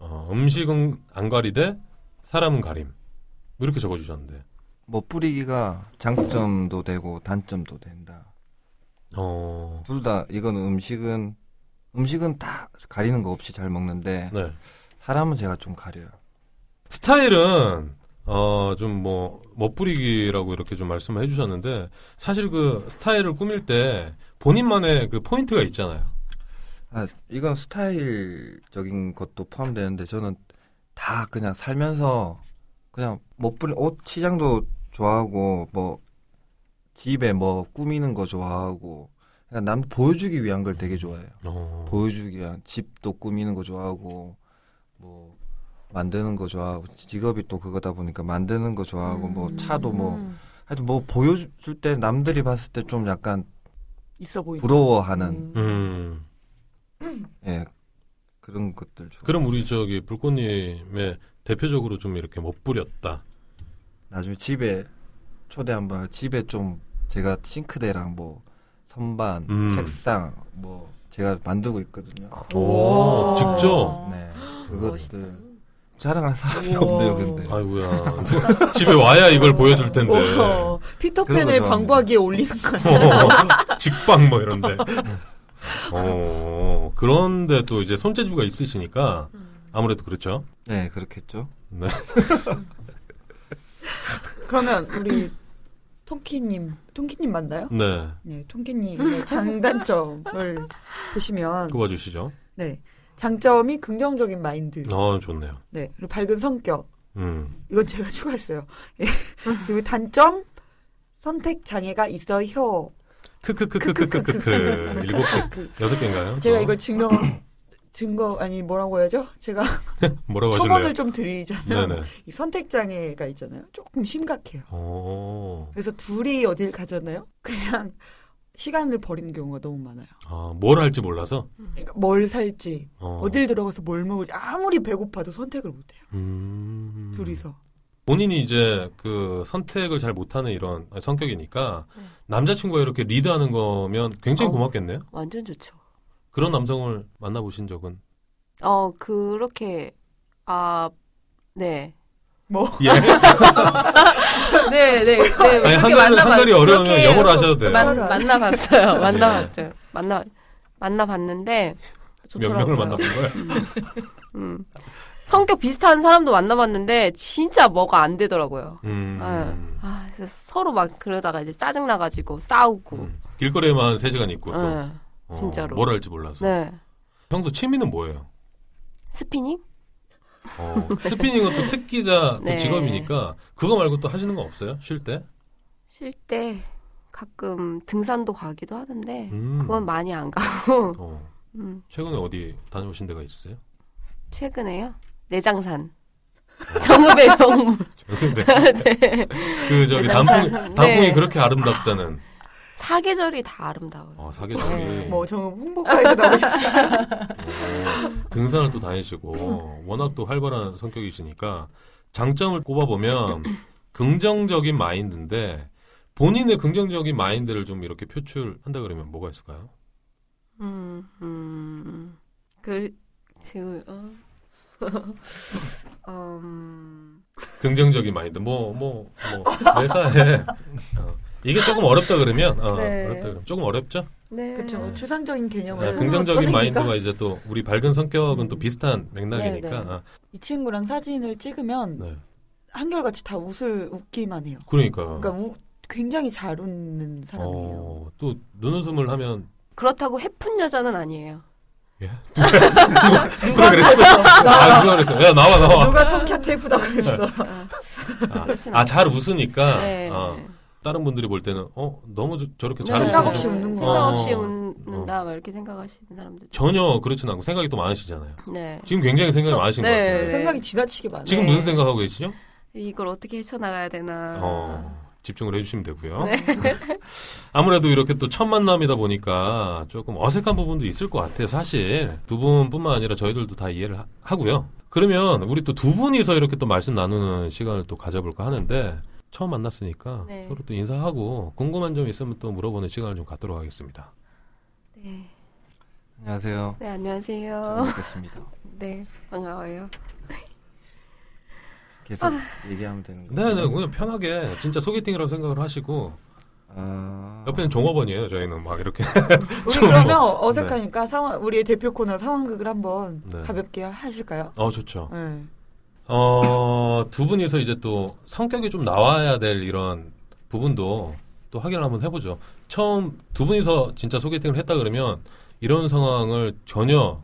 어, 음식은 안 가리되 사람은 가림 뭐 이렇게 적어주셨는데
멋부리기가 장점도 되고 단점도 된다.
어,
둘 다 이거는 음식은 음식은 다 가리는 거 없이 잘 먹는데
네.
사람은 제가 좀 가려요.
스타일은 어 좀 뭐 멋부리기라고 이렇게 좀 말씀을 해주셨는데 사실 그 스타일을 꾸밀 때 본인만의 그 포인트가 있잖아요.
아, 이건 스타일적인 것도 포함되는데 저는 다 그냥 살면서 그냥 멋부리 옷 시장도 좋아하고 뭐 집에 뭐 꾸미는 거 좋아하고 그냥 남 보여주기 위한 걸 되게 좋아해요.
어,
보여주기 위한 집도 꾸미는 거 좋아하고 뭐 만드는 거 좋아하고 직업이 또 그거다 보니까 만드는 거 좋아하고 뭐 차도 뭐
음,
하여튼 뭐 보여줄 때 남들이 봤을 때 좀 약간
있어 보이죠.
부러워하는
음.
예 그런 것들 좋아.
그럼 우리 저기 불꽃님의 대표적으로 좀 이렇게 멋부렸다.
나중에 집에 초대 한번 하고 집에 좀 제가 싱크대랑 뭐 선반,
음.
책상 뭐 제가 만들고 있거든요.
오, 직접.
네 그것들 자랑할 사람이 없네요, 근데.
아이고야 집에 와야 이걸 보여줄 텐데
와,
그런 거
어, 피터팬의
좋아합니다.
방구하기에 올리는 거.
어, 직방 뭐 이런데. 어 그런데 또 이제 손재주가 있으시니까 아무래도 그렇죠.
네 그렇겠죠.
네.
그러면 우리 통키님, 통키님 맞나요?
네.
네, 통키님의 장단점을 보시면
꼽아주시죠.
네 장점이 긍정적인 마인드,
어, 좋네요.
네 그리고 밝은 성격.
음.
이건 제가 추가했어요. 예. 그리고 단점 선택 장애가 있어요.
크크크크크크크크. 일곱 개.
그,
여섯 개인가요?
제가
어,
이걸 증명 증거 아니 뭐라고 해야죠? 제가
뭐라고 하실래요?
처벌을 좀 드리자면
네네.
이 선택 장애가 있잖아요. 조금 심각해요.
어.
그래서 둘이 어딜 가잖아요. 그냥 시간을 버리는 경우가 너무 많아요.
아, 뭘 할지 몰라서.
그러니까 뭘 살지,
어.
어. 딜 들어가서 뭘 먹을지 아무리 배고파도 선택을 못해요.
음.
둘이서.
본인이 이제 그 선택을 잘 못하는 이런 성격이니까 남자친구가 이렇게 리드하는 거면 굉장히
어.
고맙겠네요.
완전 좋죠.
그런 남성을 만나보신 적은
어 그렇게 아 네.
예.
네, 네, 네.
아니, 한글- 한글이 어려우면 영어로 하셔도 돼요.
만, 만나봤어요. 만나봤어요. 만나 만나봤는데
몇
좋더라고요.
명을 만나본 거예요?
음. 성격 비슷한 사람도 만나봤는데 진짜 뭐가 안 되더라고요.
음.
네. 아, 그래서 서로 막 그러다가 이제 짜증 나가지고 싸우고.
음. 길거리에만 세시간 있고 또
네.
어,
진짜로.
뭘 할지 몰라서.
네.
평소 취미는 뭐예요?
스피닝?
어, 스피닝은 또 특기자 또
네.
직업이니까 그거 말고 또 하시는 거 없어요? 쉴 때?
쉴 때 가끔 등산도 가기도 하는데
음.
네, 그건 많이 안 가고.
어,
음.
최근에 어디 다녀오신 데가 있으세요?
최근에요. 내장산. 정읍의 명물.
근데
네.
그 저기 단풍 단풍이 그렇게 아름답다는
사계절이 다 아름다워요.
어,
네,
사계절이
뭐, 저 홍보과에서 나오셨어요.
어, 등산을 또 다니시고 워낙 또 활발한 성격이시니까 장점을 꼽아보면 긍정적인 마인드인데 본인의 긍정적인 마인드를 좀 이렇게 표출한다 그러면 뭐가 있을까요?
음, 음. 그, 지금, 어. 음,
긍정적인 마인드 뭐 뭐 뭐 회사에 어, 이게 조금 어렵다 그러면 어,
네.
어렵다 그러면 조금 어렵죠?
네.
그쵸. 뭐 추상적인 개념을.
아,
손으로
긍정적인
꺼내니까 음.
마인드가 이제 또 우리 밝은 성격은 또 비슷한 맥락이니까
네, 네.
아,
이 친구랑 사진을 찍으면
네.
한결같이 다 웃을, 웃기만 해요.
그러니까
그러니까 우- 굉장히 잘 웃는 사람이에요.
어, 또 눈웃음을 하면
그렇다고 해픈 여자는 아니에요.
예? 누가, 누가 그랬어? 네. 아, 누가 그랬어? 야 나와 나와.
누가 통키한테 예쁘다 그랬어.
그렇진
아 잘 웃으니까
네.
아, 다른 분들이 볼 때는 어 너무 저, 렇게
네.
잘
생각
웃으면
없이
좀-
웃는 거.
생각 없이
어.
웃는다, 막 이렇게 생각하시는 사람들.
전혀 그렇진 않고 생각이 또 많으시잖아요.
네.
지금 굉장히 생각이
그렇죠.
저-
많으신
네.
것 같아요.
생각이 지나치게 많아요.
지금
네.
무슨 생각하고 계시죠?
이걸 어떻게 헤쳐나가야 되나.
어, 집중을 해주시면 되고요. 아무래도 이렇게 또 첫 만남이다 보니까 조금 어색한 부분도 있을 것 같아요. 사실 두 분뿐만 아니라 저희들도 다 이해를 하, 고요 그러면 우리 또 두 분이서 이렇게 또 말씀 나누는 시간을 또 가져볼까 하는데 처음 만났으니까
네.
서로 또 인사하고 궁금한 점 있으면 또 물어보는 시간을 좀 갖도록 하겠습니다.
네.
안녕하세요.
네,
잘
안녕하세요.
뵙겠습니다.
네, 반가워요.
계속
아.
얘기하면 되는 거예요.
네, 네, 그냥 편하게 진짜 소개팅이라고 생각을 하시고
아,
옆에는 종업원이에요. 저희는 막 이렇게
우리
좀
그러면
뭐,
어색하니까 상황 우리의 대표 코너 상황극을 한번
네.
가볍게 하실까요?
어 좋죠.
네.
어, 두 분이서 이제 또 성격이 좀 나와야 될 이런 부분도 또 확인을 한번 해보죠. 처음 두 분이서 진짜 소개팅을 했다 그러면 이런 상황을 전혀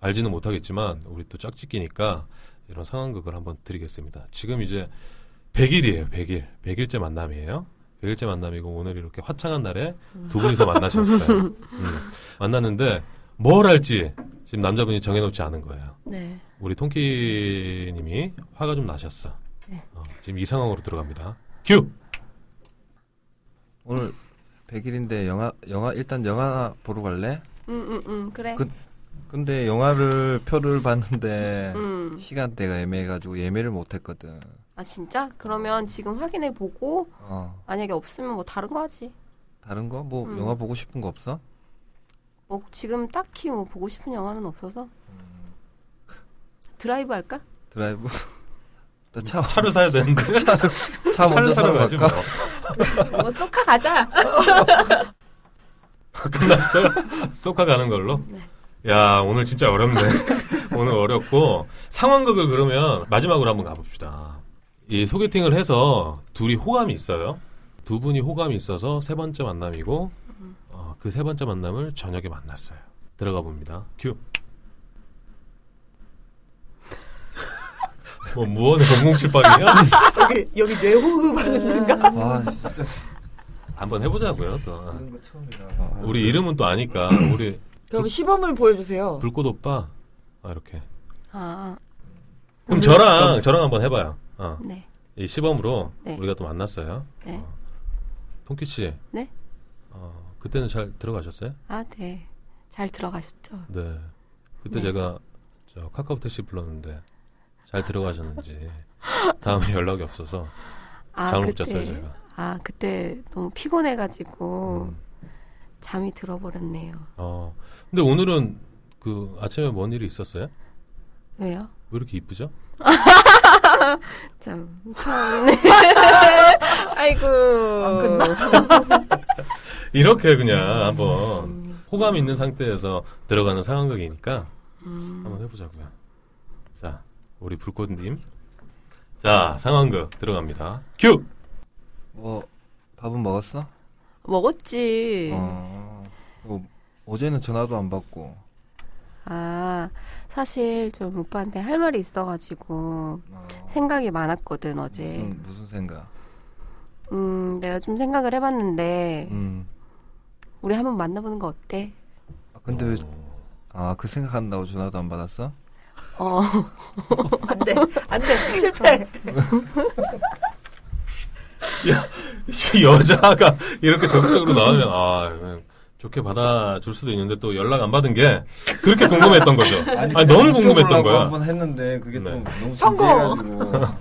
알지는 못하겠지만 우리 또 짝짓기니까 이런 상황극을 한번 드리겠습니다. 지금 이제 100일이에요, 100일. 100일째 만남이에요. 100일째 만남이고 오늘 이렇게 화창한 날에 두 분이서 만나셨어요. 음, 만났는데 뭘 할지 지금 남자분이 정해놓지 않은 거예요.
네.
우리 통키님이 화가 좀 나셨어.
네.
어, 지금 이 상황으로 들어갑니다. 큐.
오늘 100일인데 영화 영화 일단 영화 보러 갈래?
음, 음, 음. 그래.
그- 근데 영화를 표를 봤는데
네.
음.
시간대가 애매해가지고 예매를 못했거든.
아, 진짜? 그러면 지금 확인해 보고
어
만약에 없으면 뭐 다른 거 하지.
다른 거? 뭐
음.
영화 보고 싶은 거 없어?
뭐 지금 딱히 뭐 보고 싶은 영화는 없어서 드라이브 할까?
드라이브? 나차
차를 사야 되는데
차 먼저 사러
가지
갈까?
뭐 소카 가자.
끝났어요. 소카 가는 걸로. 야 오늘 진짜 어렵네. 오늘 어렵고 상황극을 그러면 마지막으로 한번 가봅시다. 이 소개팅을 해서 둘이 호감이 있어요. 두 분이 호감이 있어서 세 번째 만남이고 그 세 번째 만남을 저녁에 만났어요. 들어가 봅니다. 큐. 뭐 무언의 007빵이야?
여기 여기 뇌호흡 하는 데인가?
아 진짜
한번 해보자고요. 또
그런 거 처음이라.
우리 이름은 또 아니까 우리
그럼 시범을 보여주세요.
불꽃 오빠 아, 이렇게.
아,
그럼 저랑 저랑 한번 해봐요. 어.
네.
이 시범으로
네.
우리가 또 만났어요.
네.
어. 통키 씨.
네?
어, 그때는 잘 들어가셨어요?
아, 네. 잘 들어가셨죠?
네. 그때
네.
제가 저 카카오 택시 불렀는데 잘 들어가셨는지 다음에 연락이 없어서
아,
잠을 못
그때-
잤어요 제가.
아, 그때 너무 피곤해 가지고
음.
잠이 들어버렸네요.
어. 근데 오늘은 그 아침에 뭔 일이 있었어요?
왜요?
왜 이렇게 이쁘죠?
참. 참. 아이고. 안 끝나.
이렇게 그냥 한번 호감 있는 상태에서 들어가는 상황극이니까 한번 해보자고요. 자, 우리 불꽃님. 자, 상황극 들어갑니다. 큐!
뭐 밥은 먹었어?
먹었지.
어. 뭐, 어제는 전화도 안 받고.
아, 사실 좀 오빠한테 할 말이 있어가지고 생각이 많았거든, 어제.
무슨, 무슨 생각?
음, 내가 좀 생각을 해봤는데,
음.
우리 한번 만나보는 거 어때?
아, 근데 왜? 아 그 생각한다고 전화도 안 받았어?
어,
안돼 안돼 실패.
이 여자가 이렇게 적극적으로 나오면, 아, 그냥 좋게 받아줄 수도 있는데 또 연락 안 받은 게 그렇게 궁금했던 거죠. 아니, 너무 궁금했던
웃겨보려고
거야.
한번 했는데 그게
네.
좀 너무
성공!
진지해가지고.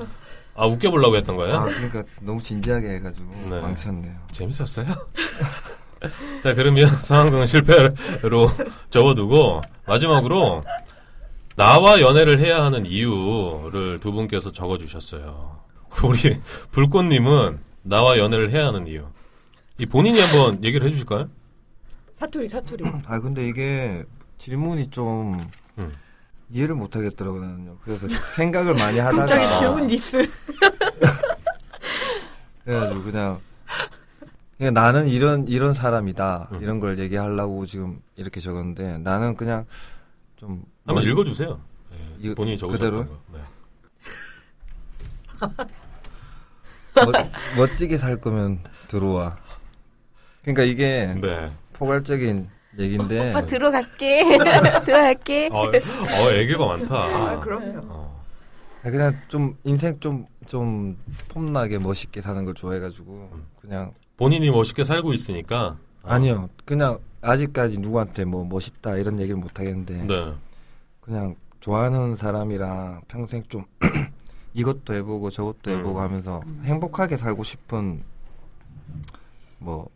아, 웃겨보려고 했던
아
거야?
그러니까 너무 진지하게 해가지고
네.
망쳤네요.
재밌었어요? 자, 그러면 상황극은 실패로 접어두고, 마지막으로, 나와 연애를 해야 하는 이유를 두 분께서 적어주셨어요. 우리 불꽃님은 나와 연애를 해야 하는 이유. 이 본인이 한번 얘기를 해주실까요?
사투리 사투리.
아 근데 이게 질문이 좀
음.
이해를 못 하겠더라고요. 나는요. 그래서 생각을 많이 하다가
갑자기 질문 디스.
그래가지고 그냥 그냥 나는 이런 이런 사람이다
음.
이런 걸 얘기하려고 지금 이렇게 적었는데 나는 그냥 좀
한번
뭐-
읽어주세요. 예,
이거
본인이 적으셨던
그대로요?
거. 네.
멋, 멋지게 살 거면 들어와. 그러니까 이게
네.
포괄적인 얘기인데
어, 오빠 들어갈게. 들어갈게.
어, 어, 애교가 많다.
아,
네.
그럼요.
어,
그냥 좀 인생 좀 좀 폼나게 멋있게 사는 걸 좋아해가지고 그냥
본인이 멋있게 살고 있으니까.
아니요 그냥 아직까지 누구한테 뭐 멋있다 이런 얘기를 못 하겠는데
네.
그냥 좋아하는 사람이랑 평생 좀 이것도 해보고 저것도
음.
해보고 하면서 행복하게 살고 싶은 뭐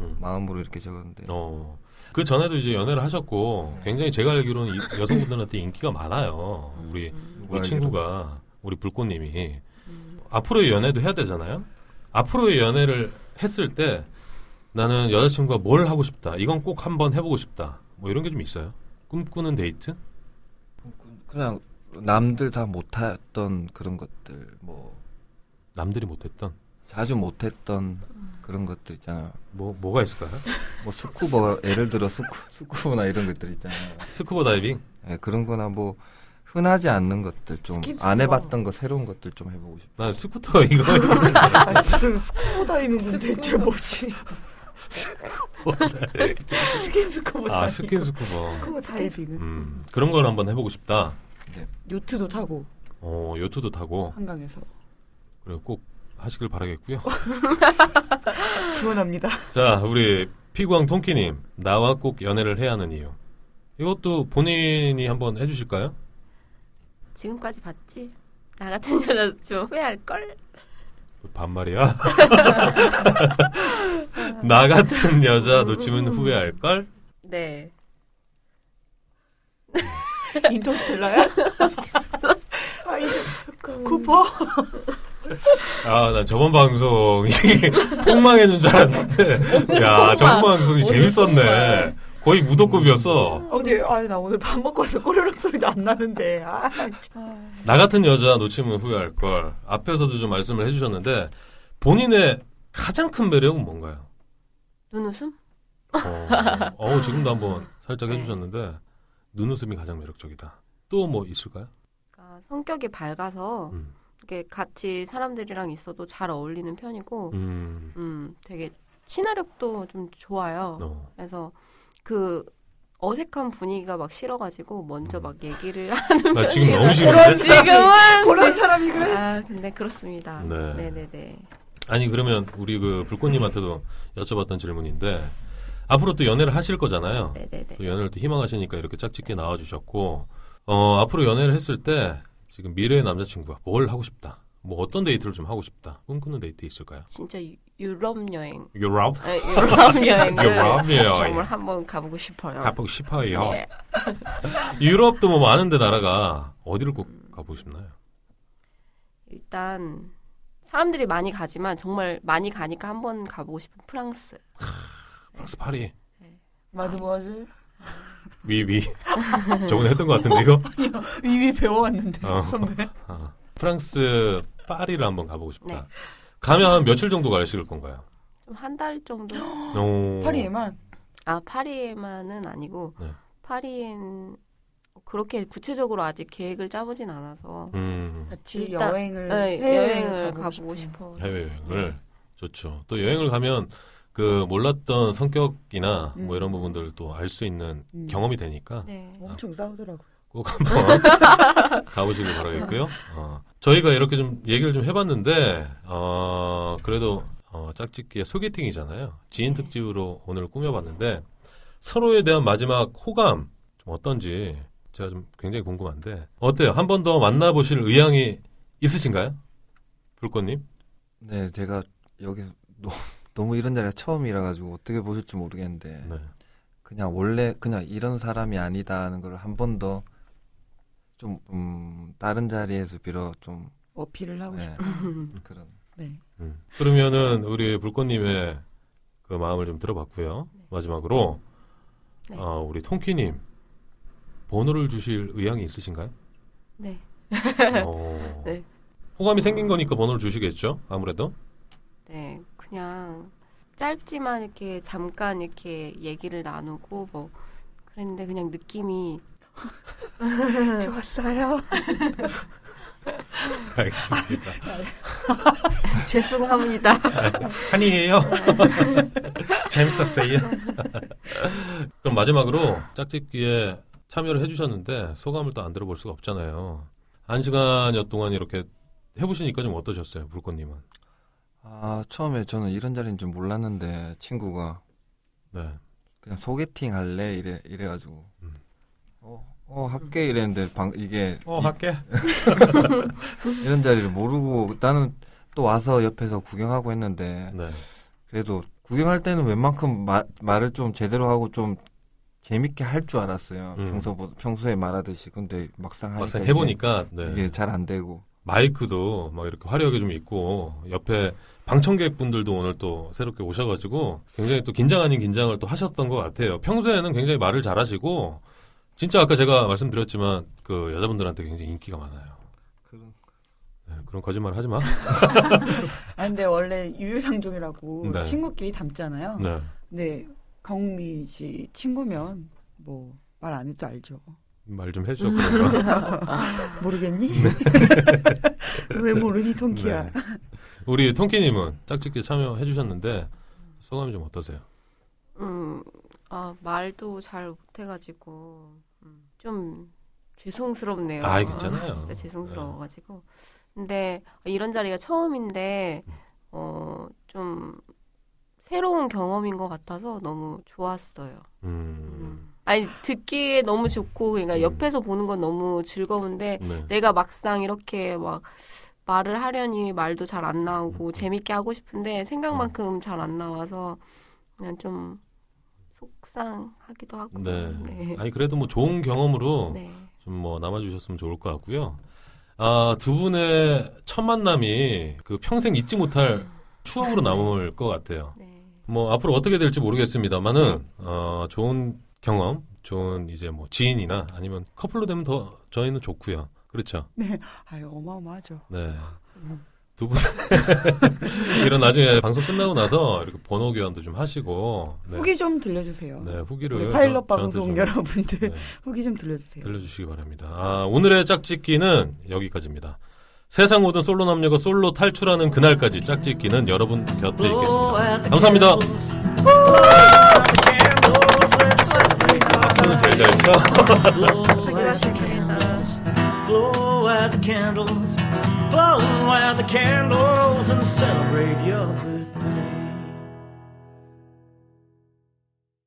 음.
마음으로 이렇게 적었는데
어. 그 전에도 이제 연애를 하셨고 굉장히 제가 알기로는 이- 여성분들한테 인기가 많아요. 우리
누가
우리
알기로
친구가 우리 불꽃님이 음. 앞으로의 연애도 해야 되잖아요. 앞으로의 연애를 했을 때 나는 여자친구가 뭘 하고 싶다. 이건 꼭 한번 해보고 싶다. 뭐 이런 게 좀 있어요. 꿈꾸는 데이트?
그냥 남들 다 못했던 그런 것들 뭐
남들이 못했던
자주 못했던 그런 것들 있잖아요.
뭐 뭐가 있을까요?
뭐 스쿠버 예를 들어 스쿠, 스쿠버나 이런 것들 있잖아요.
스쿠버 다이빙.
예, 그런 거나 뭐 흔하지 않는 것들 좀
스킨스쿠버.
안 해봤던 거 새로운 것들 좀 해보고 싶어요.
난 스쿠터 이거
아, 지금 스쿠버 다이빙은 대체 뭐지? 스킨 스쿠버
아
다이빙.
스킨 스쿠버.
스쿠버 다이빙은
음 그런 걸 한번 해보고 싶다.
요트도 타고
어 요트도 타고
한강에서
그리고 꼭 하시길 바라겠고요.
기원합니다.
자, 우리 피구왕 통키님 나와 꼭 연애를 해야 하는 이유. 이것도 본인이 한번 해주실까요?
지금까지 봤지? 나 같은 여자 좀 후회할걸?
반말이야. 나 같은 여자 놓치면 후회할 걸.
네.
인터스텔라야? 아 이제 쿠퍼?
아, 난 저번 방송이 폭망해준 줄 알았는데, 야, 저번 방송이 재밌었네. 거의 무도급이었어.
어디? 아나 오늘 밥 먹고 와서 꼬르륵 소리도 안 나는데. 아, 참.
나 같은 여자 놓치면 후회할 걸. 앞에서도 좀 말씀을 해주셨는데, 본인의 가장 큰 매력은 뭔가요?
눈웃음?
어, 어, 지금도 한번 살짝 해주셨는데 눈웃음이 가장 매력적이다. 또 뭐 있을까요?
그러니까 성격이 밝아서
음.
이게 같이 사람들이랑 있어도 잘 어울리는 편이고
음,
음, 되게 친화력도 좀 좋아요.
어,
그래서 그 어색한 분위기가 막 싫어가지고 먼저
음.
막 얘기를 하는
나 지금 너무
편이에요.
싫은데.
지금은
그런 사람이구나.
아 근데 그렇습니다.
네.
네. 네네
아니 그러면 우리 그 불꽃님한테도 여쭤봤던 질문인데 앞으로 또 연애를 하실 거잖아요.
네네네.
또 연애를 또 희망하시니까 이렇게 짝짓게 나와주셨고 어, 앞으로 연애를 했을 때 지금 미래의 남자친구가 뭘 하고 싶다. 뭐 어떤 데이트를 좀 하고 싶다. 꿈꾸는 데이트 있을까요?
진짜 유- 유럽 여행.
유럽
아, 유럽 여행을
유럽 여행.
정말 한번 가보고 싶어요.
가보고 싶어요.
예.
유럽도 뭐 많은데 나라가 어디를 꼭 가보고 싶나요?
일단 사람들이 많이 가지만 정말 많이 가니까 한번 가보고 싶은 프랑스.
프랑스 파리.
마드모아즈
위위. 저번에 했던 것 같은데 이거.
위위 배워왔는데
어.
선배.
아, 프랑스 파리를 한번 가보고 싶다.
네.
가면 한 며칠 정도 가실 건가요?
좀 한 달 정도.
오.
아, 파리에만
아 파리에만은 아니고
네.
파리엔 그렇게 구체적으로 아직 계획을 짜보진 않아서
음,
같이
일단,
여행을
네,
해외여행을
여행을 가보고 싶어.
해외
네.
여행을 좋죠. 또 여행을 가면 그 몰랐던 성격이나 뭐
음.
이런 부분들을 또 알 수 있는
음.
경험이 되니까
네.
엄청 싸우더라고.
꼭 한번 가보시길 바라겠고요. 어, 저희가 이렇게 좀 얘기를 좀 해봤는데 어, 그래도 어, 짝짓기의 소개팅이잖아요. 지인 특집으로 오늘 꾸며봤는데 서로에 대한 마지막 호감 좀 어떤지 제가 좀 굉장히 궁금한데 어때요? 한 번 더 만나보실 의향이 있으신가요, 불꽃님?
네, 제가 여기서 너- 너무 이런 자리가 처음이라 가지고 어떻게 보실지 모르겠는데
네.
그냥 원래 그냥 이런 사람이 아니다는 걸 한 번 더 좀 음, 다른 자리에서 비로 좀
어필을 하고
네,
싶어.
그런
네.
음. 그러면은 우리 불꽃님의 그 마음을 좀 들어봤고요. 마지막으로
네.
어, 우리 통키님 번호를 주실 의향이 있으신가요?
네.
어.
네.
호감이 생긴 거니까 번호를 주시겠죠? 아무래도.
네, 그냥 짧지만 이렇게 잠깐 이렇게 얘기를 나누고 뭐 그랬는데 그냥 느낌이 네.
좋았어요.
알겠습니다.
죄송합니다.
한이에요. 재밌었어요. 그럼 마지막으로 짝짓기에 참여를 해주셨는데 소감을 또 안 들어볼 수가 없잖아요. 한 시간여 동안 이렇게 해보시니까 좀 어떠셨어요, 불꽃님은?
아 처음에 저는 이런 자리인 줄 몰랐는데 친구가
네.
그냥 소개팅 할래 이래 이래가지고
음.
어 어 학계 이랬는데 방 이게
어, 할게.
이런 자리를 모르고 나는 또 와서 옆에서 구경하고 했는데
네.
그래도 구경할 때는 웬만큼 마- 말을 좀 제대로 하고 좀 재밌게 할 줄 알았어요.
음.
평소 평소에 말하듯이 근데 막상 하니까
막상 해보니까
아, 이게,
네.
잘 안 되고
마이크도 막 이렇게 화려하게 좀 있고 옆에 방청객분들도 오늘 또 새롭게 오셔가지고 굉장히 또 긴장 아닌 긴장을 또 하셨던 것 같아요. 평소에는 굉장히 말을 잘하시고 진짜 아까 제가 말씀드렸지만 그 여자분들한테 굉장히 인기가 많아요.
그런-
네, 그런 거짓말 하지 마.
아, 근데 원래 유유상종이라고
네.
친구끼리 닮잖아요.
네.
근데 강미 씨 친구면 뭐 말 안 해도 알죠.
말 좀 해주죠. 그런 거.
모르겠니? 왜 모르니 통키야?
네. 우리 통키님은 짝짓기 참여해주셨는데 소감이 좀 어떠세요?
음, 아, 말도 잘 못해가지고, 음, 좀 죄송스럽네요.
아이, 괜찮아요. 네.
진짜 죄송스러워가지고. 근데 이런 자리가 처음인데, 어, 좀 새로운 경험인 것 같아서 너무 좋았어요.
음,
아니, 듣기에 너무 좋고, 그러니까
음.
옆에서 보는 건 너무 즐거운데,
네.
내가 막상 이렇게 막 말을 하려니 말도 잘 안 나오고 재밌게 하고 싶은데 생각만큼 잘 안 나와서 그냥 좀 속상하기도 하고
네.
네.
아니 그래도 뭐 좋은 경험으로
네.
좀 뭐 남아주셨으면 좋을 것 같고요. 아, 두 분의 첫 만남이 그 평생 잊지 못할 추억으로 남을 것 같아요.
네.
뭐 앞으로 어떻게 될지 모르겠습니다만은 어, 좋은 경험, 좋은 이제 뭐 지인이나 아니면 커플로 되면 더 저희는 좋고요. 그렇죠.
아유 어마어마하죠.
네. 두 분. 이런 나중에 방송 끝나고 나서 이렇게 번호 교환도 좀 하시고. 네.
후기 좀 들려주세요.
네, 후기를
우리
저-
파일럿
저한테 좀-
방송 여러분들
네.
후기 좀 들려주세요.
들려주시기 바랍니다. 아, 오늘의 짝짓기는 여기까지입니다. 세상 모든 솔로 남녀가 솔로 탈출하는 그날까지 짝짓기는 여러분 곁에 있겠습니다. 감사합니다. 박수는 제일 잘 쳐.
수고하셨습니다.
Blow out the candles, blow out the candles and celebrate your birthday.